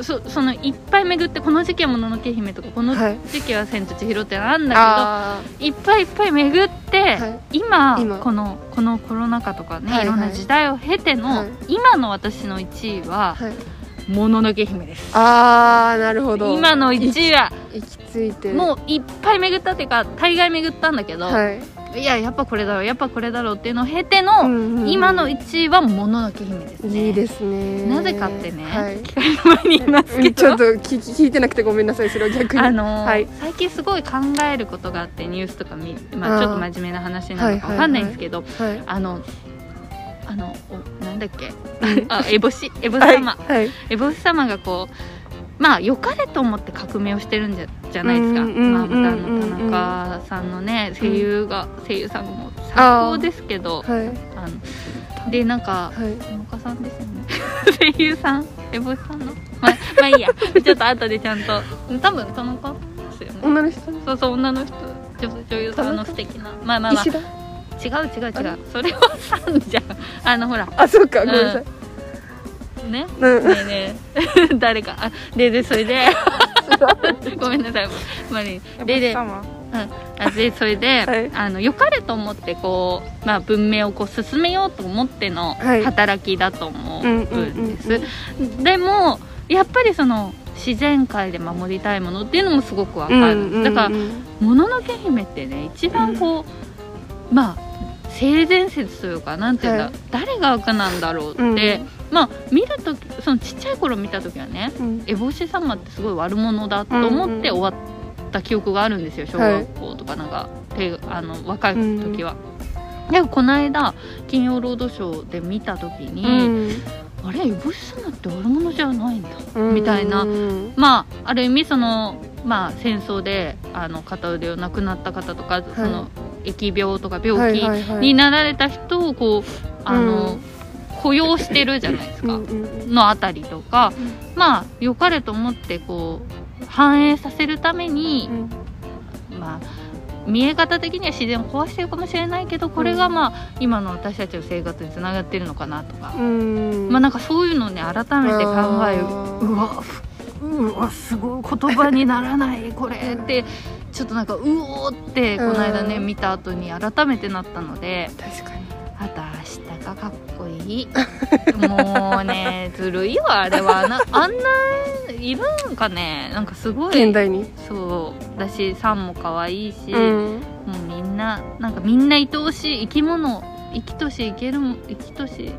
Speaker 2: そそのいっぱい巡ってこの時期は「もののけ姫」とかこの
Speaker 1: はい
Speaker 2: 時期は「千と千尋」ってあるんだ
Speaker 1: あ
Speaker 2: けど、い、っぱいいっぱい巡って、
Speaker 1: はい
Speaker 2: 今
Speaker 1: 今
Speaker 2: このこのコロナ禍とかね、
Speaker 1: はいはい
Speaker 2: いろんな時代を経ての、
Speaker 1: はい
Speaker 2: 今の私の1位は
Speaker 1: ー、はい、
Speaker 2: 「もののけ姫」です。
Speaker 1: あーなるほど
Speaker 2: 今の1位は
Speaker 1: 行き着いてる
Speaker 2: もういっぱい巡ったっていうか大概巡ったんだけど、
Speaker 1: はい
Speaker 2: い、ややっぱこれだろうやっぱこれだろうっていうのを経ての、
Speaker 1: うんうん
Speaker 2: 今の1位は「もののけ姫」ですね。
Speaker 1: いいですね
Speaker 2: なぜかってね
Speaker 1: はい、
Speaker 2: 前に言いますけど
Speaker 1: ちょっと聞き聞いてなくてごめんなさいそれを逆に
Speaker 2: あのー
Speaker 1: はい
Speaker 2: 最近すごい考えることがあってニュースとか見、ま
Speaker 1: あ
Speaker 2: あ、
Speaker 1: ー
Speaker 2: ちょっと真面目な話なのかわかんないんですけど、
Speaker 1: はい
Speaker 2: あのあのおなんだっけあエボシエボシ様、
Speaker 1: はい
Speaker 2: エボシ様がこうまあ良かれと思って革命をしてるんじゃじゃないですか、
Speaker 1: うんうん
Speaker 2: まあ、
Speaker 1: うん
Speaker 2: 豚の田中さんのね声優が、声優さんも最高ですけど
Speaker 1: はい
Speaker 2: あのでなん
Speaker 1: は
Speaker 2: か
Speaker 1: い
Speaker 2: 田中さんですよね 声優さんエボシさんのまあまあいいやちょっと後でちゃんと多分田中ですよね
Speaker 1: 女の人
Speaker 2: そうそう女の人女女優さんの素敵なまあまあまあ
Speaker 1: 石田
Speaker 2: 違う違う違うそれはさんじゃんあのほら
Speaker 1: あそうかごめんなさい
Speaker 2: ね
Speaker 1: うん
Speaker 2: ねえね え誰かあででそれで ごめんなさいまあねでで
Speaker 3: やっぱ様
Speaker 2: あでそれで、
Speaker 1: はい
Speaker 2: あの良かれと思ってこう、まあ、文明をこう進めようと思っての
Speaker 1: はい
Speaker 2: 働きだと思うんです、
Speaker 1: うんうん
Speaker 2: でもやっぱりその自然界で守りたいものっていうのもすごくわかる、だから「もののけ姫」ってね一番こう、まあ性善説というかなんていうんだ、
Speaker 1: はい
Speaker 2: 誰が悪なんだろうって、まあ見るときそのちっちゃい頃見た時はね
Speaker 1: うん
Speaker 2: エボシ様ってすごい悪者だと思って
Speaker 1: うんうん
Speaker 2: 終わった記憶があるんですよ小学校とかなんか、てあの若い時は。でもこの間「金曜ロードショー」で見た時
Speaker 1: う
Speaker 2: に、
Speaker 1: ん
Speaker 2: あれエボシ様って悪者じゃないんだ
Speaker 1: うん
Speaker 2: みたいな
Speaker 1: うん
Speaker 2: まあ、ある意味その、まあ、戦争であの片腕をなくなった方とか、その疫病とか病気
Speaker 1: はいはいはい
Speaker 2: になられた人をこうあの、
Speaker 1: うん
Speaker 2: 雇用してるじゃないです
Speaker 1: うん
Speaker 2: か、
Speaker 1: うん
Speaker 2: のあたりとか、まあ良かれと思ってこう反映させるために
Speaker 1: う、ん
Speaker 2: まあ見え方的には自然を壊してるかもしれないけどこれがまあ今の私たちの生活につながってるのかなとか、
Speaker 1: うん
Speaker 2: まあなんかそういうのをね改めて
Speaker 1: あ
Speaker 2: 考える
Speaker 1: ー
Speaker 2: うわふうわすごい言葉になら ないこれってちょっとなんかうおーってこの間ね
Speaker 1: うん
Speaker 2: 見た後に改めてなったので
Speaker 1: 確かに
Speaker 2: あと明日がかっこいいもう ねずるいよあれはなあんないるんかねなんかすご
Speaker 1: 現
Speaker 2: い
Speaker 1: 代に
Speaker 2: そうだしさんも可愛いし、
Speaker 1: うん
Speaker 2: もうみんななんかみんな愛おしい生き物生きとし生けるも生きとし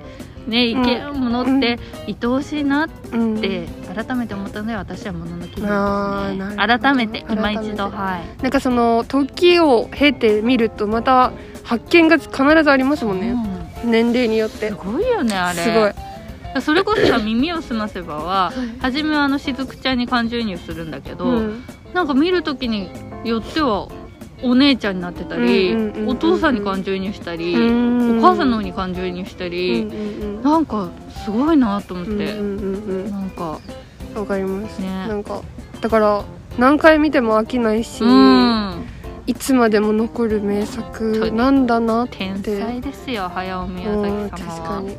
Speaker 2: ね生けるものって愛おしいなって
Speaker 1: うん
Speaker 2: って改めて思ったので私はもののけ姫
Speaker 1: あー
Speaker 2: で
Speaker 1: なる
Speaker 2: す
Speaker 1: ほど
Speaker 2: ね改めて今
Speaker 1: 改め
Speaker 2: 一
Speaker 1: て
Speaker 2: 度はい
Speaker 1: なんかその時を経てみるとまた発見が必ずありますもんね
Speaker 2: う
Speaker 1: 年齢によっ
Speaker 2: ん
Speaker 1: て
Speaker 2: すごいよねあれ
Speaker 1: すごい
Speaker 2: それこそさ耳を澄ませばは
Speaker 1: はい
Speaker 2: 初めはあのしずくちゃんに感情移入するんだけど、
Speaker 1: うん
Speaker 2: なんか見る時によってはお姉ちゃんになってたり、
Speaker 1: うんうんうんうんうん
Speaker 2: お父さんに感情移入したり、
Speaker 1: うん
Speaker 2: お母さんの方に感情移入したり、
Speaker 1: うんうんうん
Speaker 2: なんかすごいなと思っ
Speaker 1: うん
Speaker 2: て、
Speaker 1: うんうん
Speaker 2: なんか
Speaker 1: うんわかります、
Speaker 2: ね
Speaker 1: なんかだから何回見ても飽きないし、
Speaker 2: うん
Speaker 1: いつまでも残る名作なんだなって
Speaker 2: 天才ですよ早尾宮崎様は
Speaker 1: うん確
Speaker 2: 本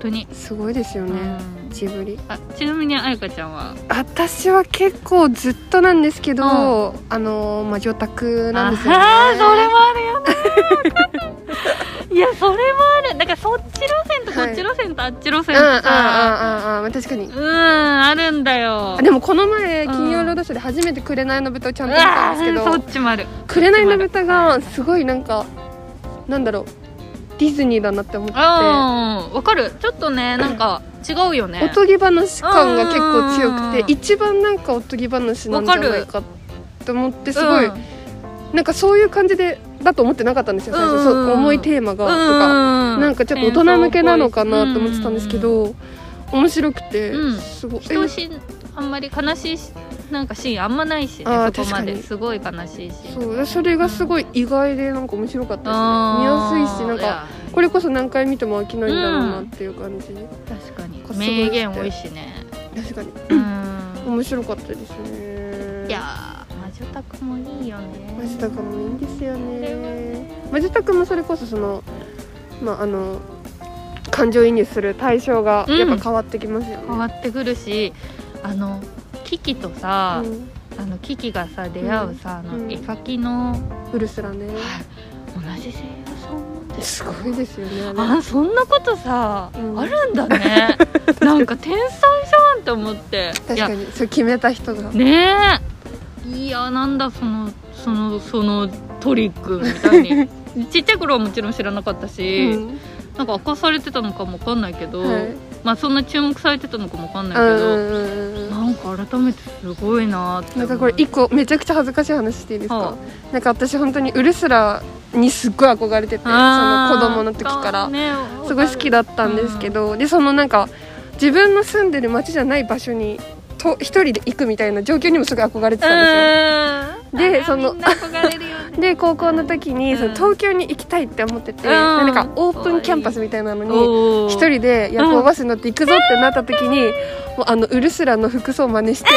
Speaker 2: 当に、
Speaker 1: すごいですよね、
Speaker 2: うん
Speaker 1: ジブリ
Speaker 2: あちなみにあゆかちゃんは
Speaker 1: 私は結構ずっとなんですけど、あのまあ女宅なんですよね
Speaker 2: あーそれもあるよねわかんないいやそれもあるだからそっち路線とこっち路線とあっち路
Speaker 1: う
Speaker 2: 線
Speaker 1: んうんうんうんうん
Speaker 2: とさ
Speaker 1: まあ確かに
Speaker 2: うんあるんだよ
Speaker 1: あでもこの前
Speaker 2: うん
Speaker 1: 金曜ロードショーで初めて「紅の豚」をちゃん
Speaker 2: う
Speaker 1: と見た
Speaker 2: わ
Speaker 1: んですけ
Speaker 2: ーそ
Speaker 1: ど
Speaker 2: っちもある
Speaker 1: 「紅の豚」がすごいなんかなんだろうディズニーだなって思って
Speaker 2: うんわかるちょっとねなんか違うよね
Speaker 1: おとぎ話感が結構強
Speaker 2: うんうん
Speaker 1: く
Speaker 2: うん
Speaker 1: て一番なんかおとぎ話なんじゃないかと思ってすごい
Speaker 2: うん
Speaker 1: なんかそういう感じでだと思ってなかったんですよ最
Speaker 2: うんう
Speaker 1: 初
Speaker 2: ん
Speaker 1: そう重いテーマがとか
Speaker 2: うん
Speaker 1: なんかちょっと大人向けなのかなと思ってたんですけど面白くて
Speaker 2: うん
Speaker 1: すごい
Speaker 2: 人しあんまり悲しいしなんかシーンあんまないしね
Speaker 1: あー
Speaker 2: そこ
Speaker 1: 確
Speaker 2: ま
Speaker 1: か
Speaker 2: で
Speaker 1: に
Speaker 2: すごい悲しいし
Speaker 1: そうでそれがすごい意外でなんか面白かったですね見やすいしなんかこれこそ何回見ても飽きないんだろうなっていう感じ、
Speaker 2: 確かに
Speaker 1: こすごい
Speaker 2: 名言多いしね
Speaker 1: 確かに
Speaker 2: うん
Speaker 1: 面白かったですね
Speaker 2: いやー魔女宅もいいよね
Speaker 1: マジタカもいいんですよねマジタカもそれこそそのまああの感情移入する対象が
Speaker 2: うん
Speaker 1: やっぱ変わってきますよね、
Speaker 2: 変わってくるしあのキキとさ、
Speaker 1: うん
Speaker 2: あのキキがさ出会うさ、あ
Speaker 1: う
Speaker 2: の
Speaker 1: ん
Speaker 2: 絵描きの、
Speaker 1: ウルスラね
Speaker 2: 同じ声優さんなんです
Speaker 1: すごいですよねあれ
Speaker 2: あそんなことさ、
Speaker 1: うん
Speaker 2: あるんだね なんか天才じゃんって思って
Speaker 1: 確かにそれ決めた人が、
Speaker 2: いやねえいやなんだそのそのそのトリックみたい にちっちゃい頃はもちろん知らなかった
Speaker 1: う
Speaker 2: し、
Speaker 1: ん
Speaker 2: なんか明かされてたのかもわかんないけど、
Speaker 1: はい
Speaker 2: まあそんな注目されてたのかもわかんな
Speaker 1: うんう
Speaker 2: いけど、
Speaker 1: んうんうん
Speaker 2: なんか改めてすごいなーって思
Speaker 1: な
Speaker 2: う
Speaker 1: か
Speaker 2: ん
Speaker 1: これ一個めちゃくちゃ恥ずかしい話していいですか、
Speaker 2: は
Speaker 1: なんか私本当にウルスラにすっごい憧れててその
Speaker 2: あ
Speaker 1: 子
Speaker 2: ー
Speaker 1: 供の時から
Speaker 2: ね
Speaker 1: すごい好きだったんですけど、でそのなんか自分の住んでる町じゃない場所にと一人で行くみたいな状況にもすごい憧れてたんですよ。
Speaker 2: う
Speaker 1: で
Speaker 2: ん
Speaker 1: その
Speaker 2: みんな憧れる よね
Speaker 1: で高校の時にその
Speaker 2: うん
Speaker 1: 東京に行きたいって思ってて、
Speaker 2: うん
Speaker 1: なんかオープンキャンパスみたいなのに
Speaker 2: おー
Speaker 1: 一人で夜行バスに乗って行くぞってなった時に、もうあのウルスラの服装を真似して、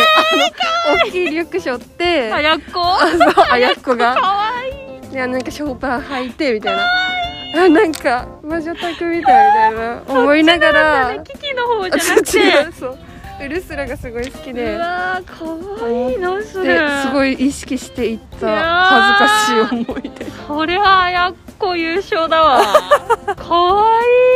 Speaker 1: あの大きいリュック背負って、
Speaker 2: あやっこ
Speaker 1: あそうあやっこが
Speaker 2: かわい
Speaker 1: いやなんかショーパン履いてみたいなあなんか魔女宅みたいみたいな思いなが
Speaker 2: い
Speaker 1: ら
Speaker 2: ねキキの方じ
Speaker 1: あ
Speaker 2: ゃなく
Speaker 1: 違う
Speaker 2: て
Speaker 1: そうウルスラがすごい好き
Speaker 2: う
Speaker 1: で
Speaker 2: わーかわいいなそ
Speaker 1: で
Speaker 2: れ
Speaker 1: すごい意識していっ
Speaker 2: いや
Speaker 1: た恥ず
Speaker 2: ー
Speaker 1: かしい思い出
Speaker 2: それはあやっこ優勝だわ かわい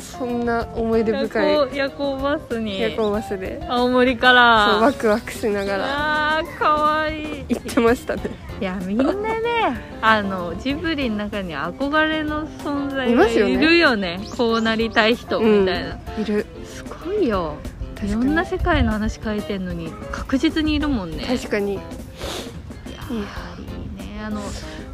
Speaker 1: そんな思い出
Speaker 2: い夜
Speaker 1: 深い
Speaker 2: 行夜行バス
Speaker 1: 夜
Speaker 2: に
Speaker 1: 行バスで
Speaker 2: 青森か
Speaker 1: そう
Speaker 2: ら
Speaker 1: ワクワクしながら
Speaker 2: あーかわいい
Speaker 1: 行ってましたね
Speaker 2: いやみんなねあのジブリの中に憧れの存在
Speaker 1: い
Speaker 2: が
Speaker 1: ますよ
Speaker 2: い
Speaker 1: ね
Speaker 2: るよねこうなりたい人みたいな、
Speaker 1: いる
Speaker 2: すごいよい
Speaker 1: 確
Speaker 2: ろ
Speaker 1: か
Speaker 2: んな
Speaker 1: に
Speaker 2: 世界の話書いてんのに確実にいるもんね
Speaker 1: 確かに
Speaker 2: いやーいいねあの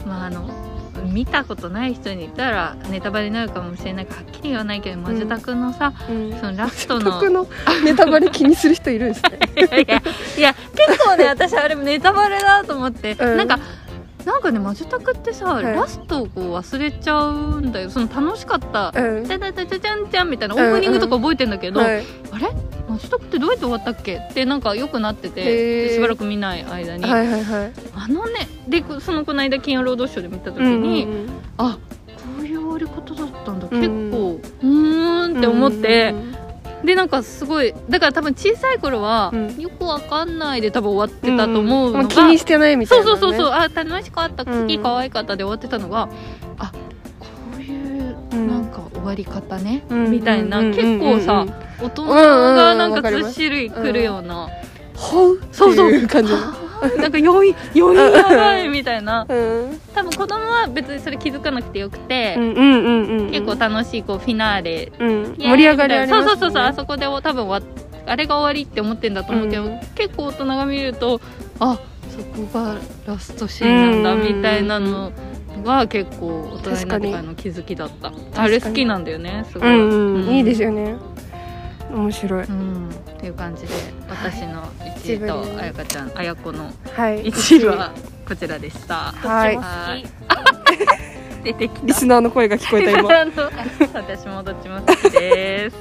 Speaker 2: まああの見たことない人にいたらネタバレになるかもしれないからはっきり言わないけど魔女宅のさ、
Speaker 1: うん
Speaker 2: そのラストの
Speaker 1: 僕のネタバレ気にする人いるんですね
Speaker 2: いやいやいや結 構ね私あれもネタバレだと思って、
Speaker 1: うん
Speaker 2: なんかなんかね魔女宅ってさ、
Speaker 1: い
Speaker 2: ラストをこう忘れちゃうんだよその楽しかった
Speaker 1: う
Speaker 2: 「
Speaker 1: ん
Speaker 2: じゃじゃじゃじゃじゃんじゃん」みたいなオープニングとか覚えてんだけど、
Speaker 1: はい
Speaker 2: あれ魔女宅ってどうやって終わったっけってなんかよくなってて
Speaker 1: へー
Speaker 2: でしばらく見ない間に、
Speaker 1: はいはいはい
Speaker 2: あのねでこそのこの間金曜ロードショーで見た時
Speaker 1: うん
Speaker 2: に、
Speaker 1: うんうん
Speaker 2: あこういう終わり方だったんだ、
Speaker 1: うん
Speaker 2: 結構うーんって思って、でなんかすごいだから多分小さい頃は、
Speaker 1: うん
Speaker 2: よくわかんないで多分終わってたと思うのが、
Speaker 1: ん気にしてないみたい
Speaker 2: そう
Speaker 1: な、ね、
Speaker 2: そうそうそうあ楽しかった
Speaker 1: うん
Speaker 2: 次可愛かったで終わってたのが、あこういう
Speaker 1: うん
Speaker 2: なんか終わり方ね、
Speaker 1: うん
Speaker 2: みたいな、
Speaker 1: うん
Speaker 2: 結構
Speaker 1: う
Speaker 2: さ
Speaker 1: んうんうん
Speaker 2: 大人がなん
Speaker 1: わ
Speaker 2: か
Speaker 1: かり
Speaker 2: ず
Speaker 1: ま
Speaker 2: っ
Speaker 1: す
Speaker 2: しりくるような、
Speaker 1: ほう
Speaker 2: そうそう
Speaker 1: っていう感じの
Speaker 2: なんか酔い酔いやばいみたいな
Speaker 1: うん
Speaker 2: 多分子供は別にそれ気づかなくてよくて、
Speaker 1: うんうんうんうん
Speaker 2: 結構楽しいこうフィナーレ
Speaker 1: うん盛り上がりあります、ね、
Speaker 2: そうそうそうそうあそこで多分終わっあれが終わりって思ってんだと思うけど、
Speaker 1: うん
Speaker 2: 結構大人が見るとあそこがラストシーンなんだみたいなのが結構大人になってからの気づきだったあれ好きなんだよねすごい、
Speaker 1: うんうん、いいです
Speaker 2: よ、
Speaker 1: よね面白い
Speaker 2: うん、っていう感じで私の1位
Speaker 1: ジブリ
Speaker 2: とあやかちゃんあやこの
Speaker 1: はい
Speaker 2: 1位はこちらでした
Speaker 1: はい
Speaker 3: どっちも好き
Speaker 2: 出てき
Speaker 1: リ
Speaker 2: た
Speaker 1: スナーの声が聞こえ た今
Speaker 2: あの私もどっちも好きです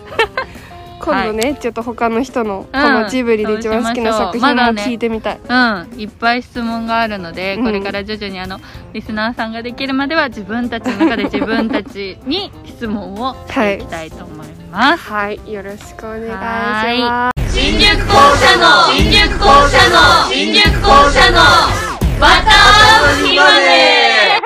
Speaker 1: 今度ね、ちょっと他の人のこのジブリで一番好きな作
Speaker 2: そうしましょ
Speaker 1: 品も
Speaker 2: うまだね
Speaker 1: 聞いてみたい、
Speaker 2: うん、いっぱい質問があるので、
Speaker 1: うん
Speaker 2: これから徐々にあのリスナーさんができるまでは自分たちの 中で自分たちに質問をしていきたいと思います。
Speaker 1: はいよろしくお願いしま
Speaker 2: 新宿校舎の新宿校舎の新宿校舎のバターをまで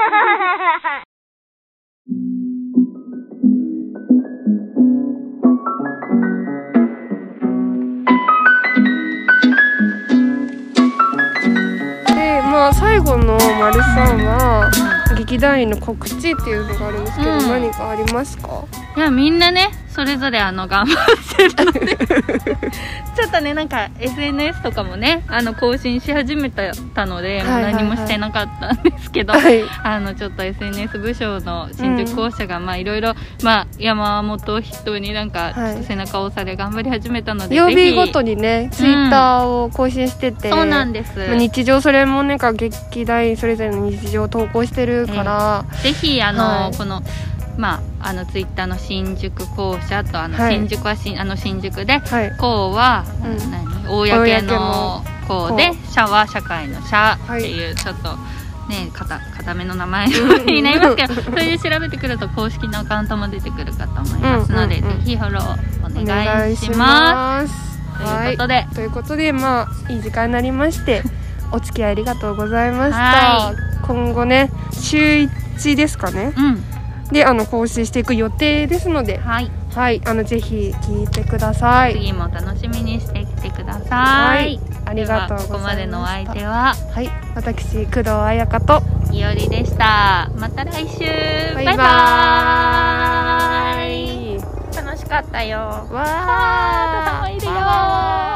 Speaker 1: すでまあ最後の丸さんは劇団員の告知っていうのがあるんですけど、
Speaker 2: うん
Speaker 1: 何かありますか
Speaker 2: いやみんなねそれぞれあの頑 張ってるのでちょっとねなんか SNS とかもねあの更新し始めたので、
Speaker 1: はいはいはい
Speaker 2: もう何もしてなかったんですけど、
Speaker 1: はい
Speaker 2: あのちょっと SNS 部署の新宿校舎がまあいろいろまあ山本を筆頭になんかち
Speaker 1: はい
Speaker 2: ょっと背中を押され頑張り始めたので、
Speaker 1: 曜
Speaker 2: ぜ
Speaker 1: 日
Speaker 2: ひ
Speaker 1: ごとにねツイッターを更新してて、
Speaker 2: そうなんです、
Speaker 1: まあ日常それもねか劇団員それぞれの日常を投稿してるから、
Speaker 2: ぜひあの、
Speaker 1: はい
Speaker 2: このまあ、あのツイッターの新宿校舎とあの
Speaker 1: はい
Speaker 2: 新宿は新、あの新宿で
Speaker 1: はい
Speaker 2: 校は、
Speaker 1: うん
Speaker 2: 何公の校で
Speaker 1: 公
Speaker 2: 社は社会の社っ
Speaker 1: はい
Speaker 2: ていうちょっとねかた固めの名前 になりますけどそういう調べてくると公式のアカウントも出てくるかと思いますので、
Speaker 1: うんうんうん
Speaker 2: ぜひフォロー
Speaker 1: お
Speaker 2: お願
Speaker 1: 願
Speaker 2: い
Speaker 1: い
Speaker 2: し
Speaker 1: し
Speaker 2: ま
Speaker 1: ます
Speaker 2: す。
Speaker 1: は
Speaker 2: ということで、
Speaker 1: ということでまあいい時間になりまして お付き合いありがとうございました
Speaker 2: は
Speaker 1: 今後ね週1ですかね
Speaker 2: うん、
Speaker 1: であの更新していく予定ですので
Speaker 2: はい、
Speaker 1: はいあのぜひ聞いてください
Speaker 2: 次も楽しみにしてきてください。
Speaker 1: ありがとう
Speaker 2: ではこ
Speaker 1: ご
Speaker 2: こま
Speaker 1: ざ
Speaker 2: で
Speaker 1: い
Speaker 2: のお
Speaker 1: まし
Speaker 2: 相
Speaker 1: た
Speaker 2: 手は
Speaker 1: はい私工藤彩香と
Speaker 2: いおりでした。また来週。バ
Speaker 1: バ
Speaker 2: イ
Speaker 1: イ
Speaker 2: バ
Speaker 1: バ
Speaker 2: イ。
Speaker 1: イ
Speaker 3: 楽しかったよ
Speaker 1: わー
Speaker 2: 頭いるよ。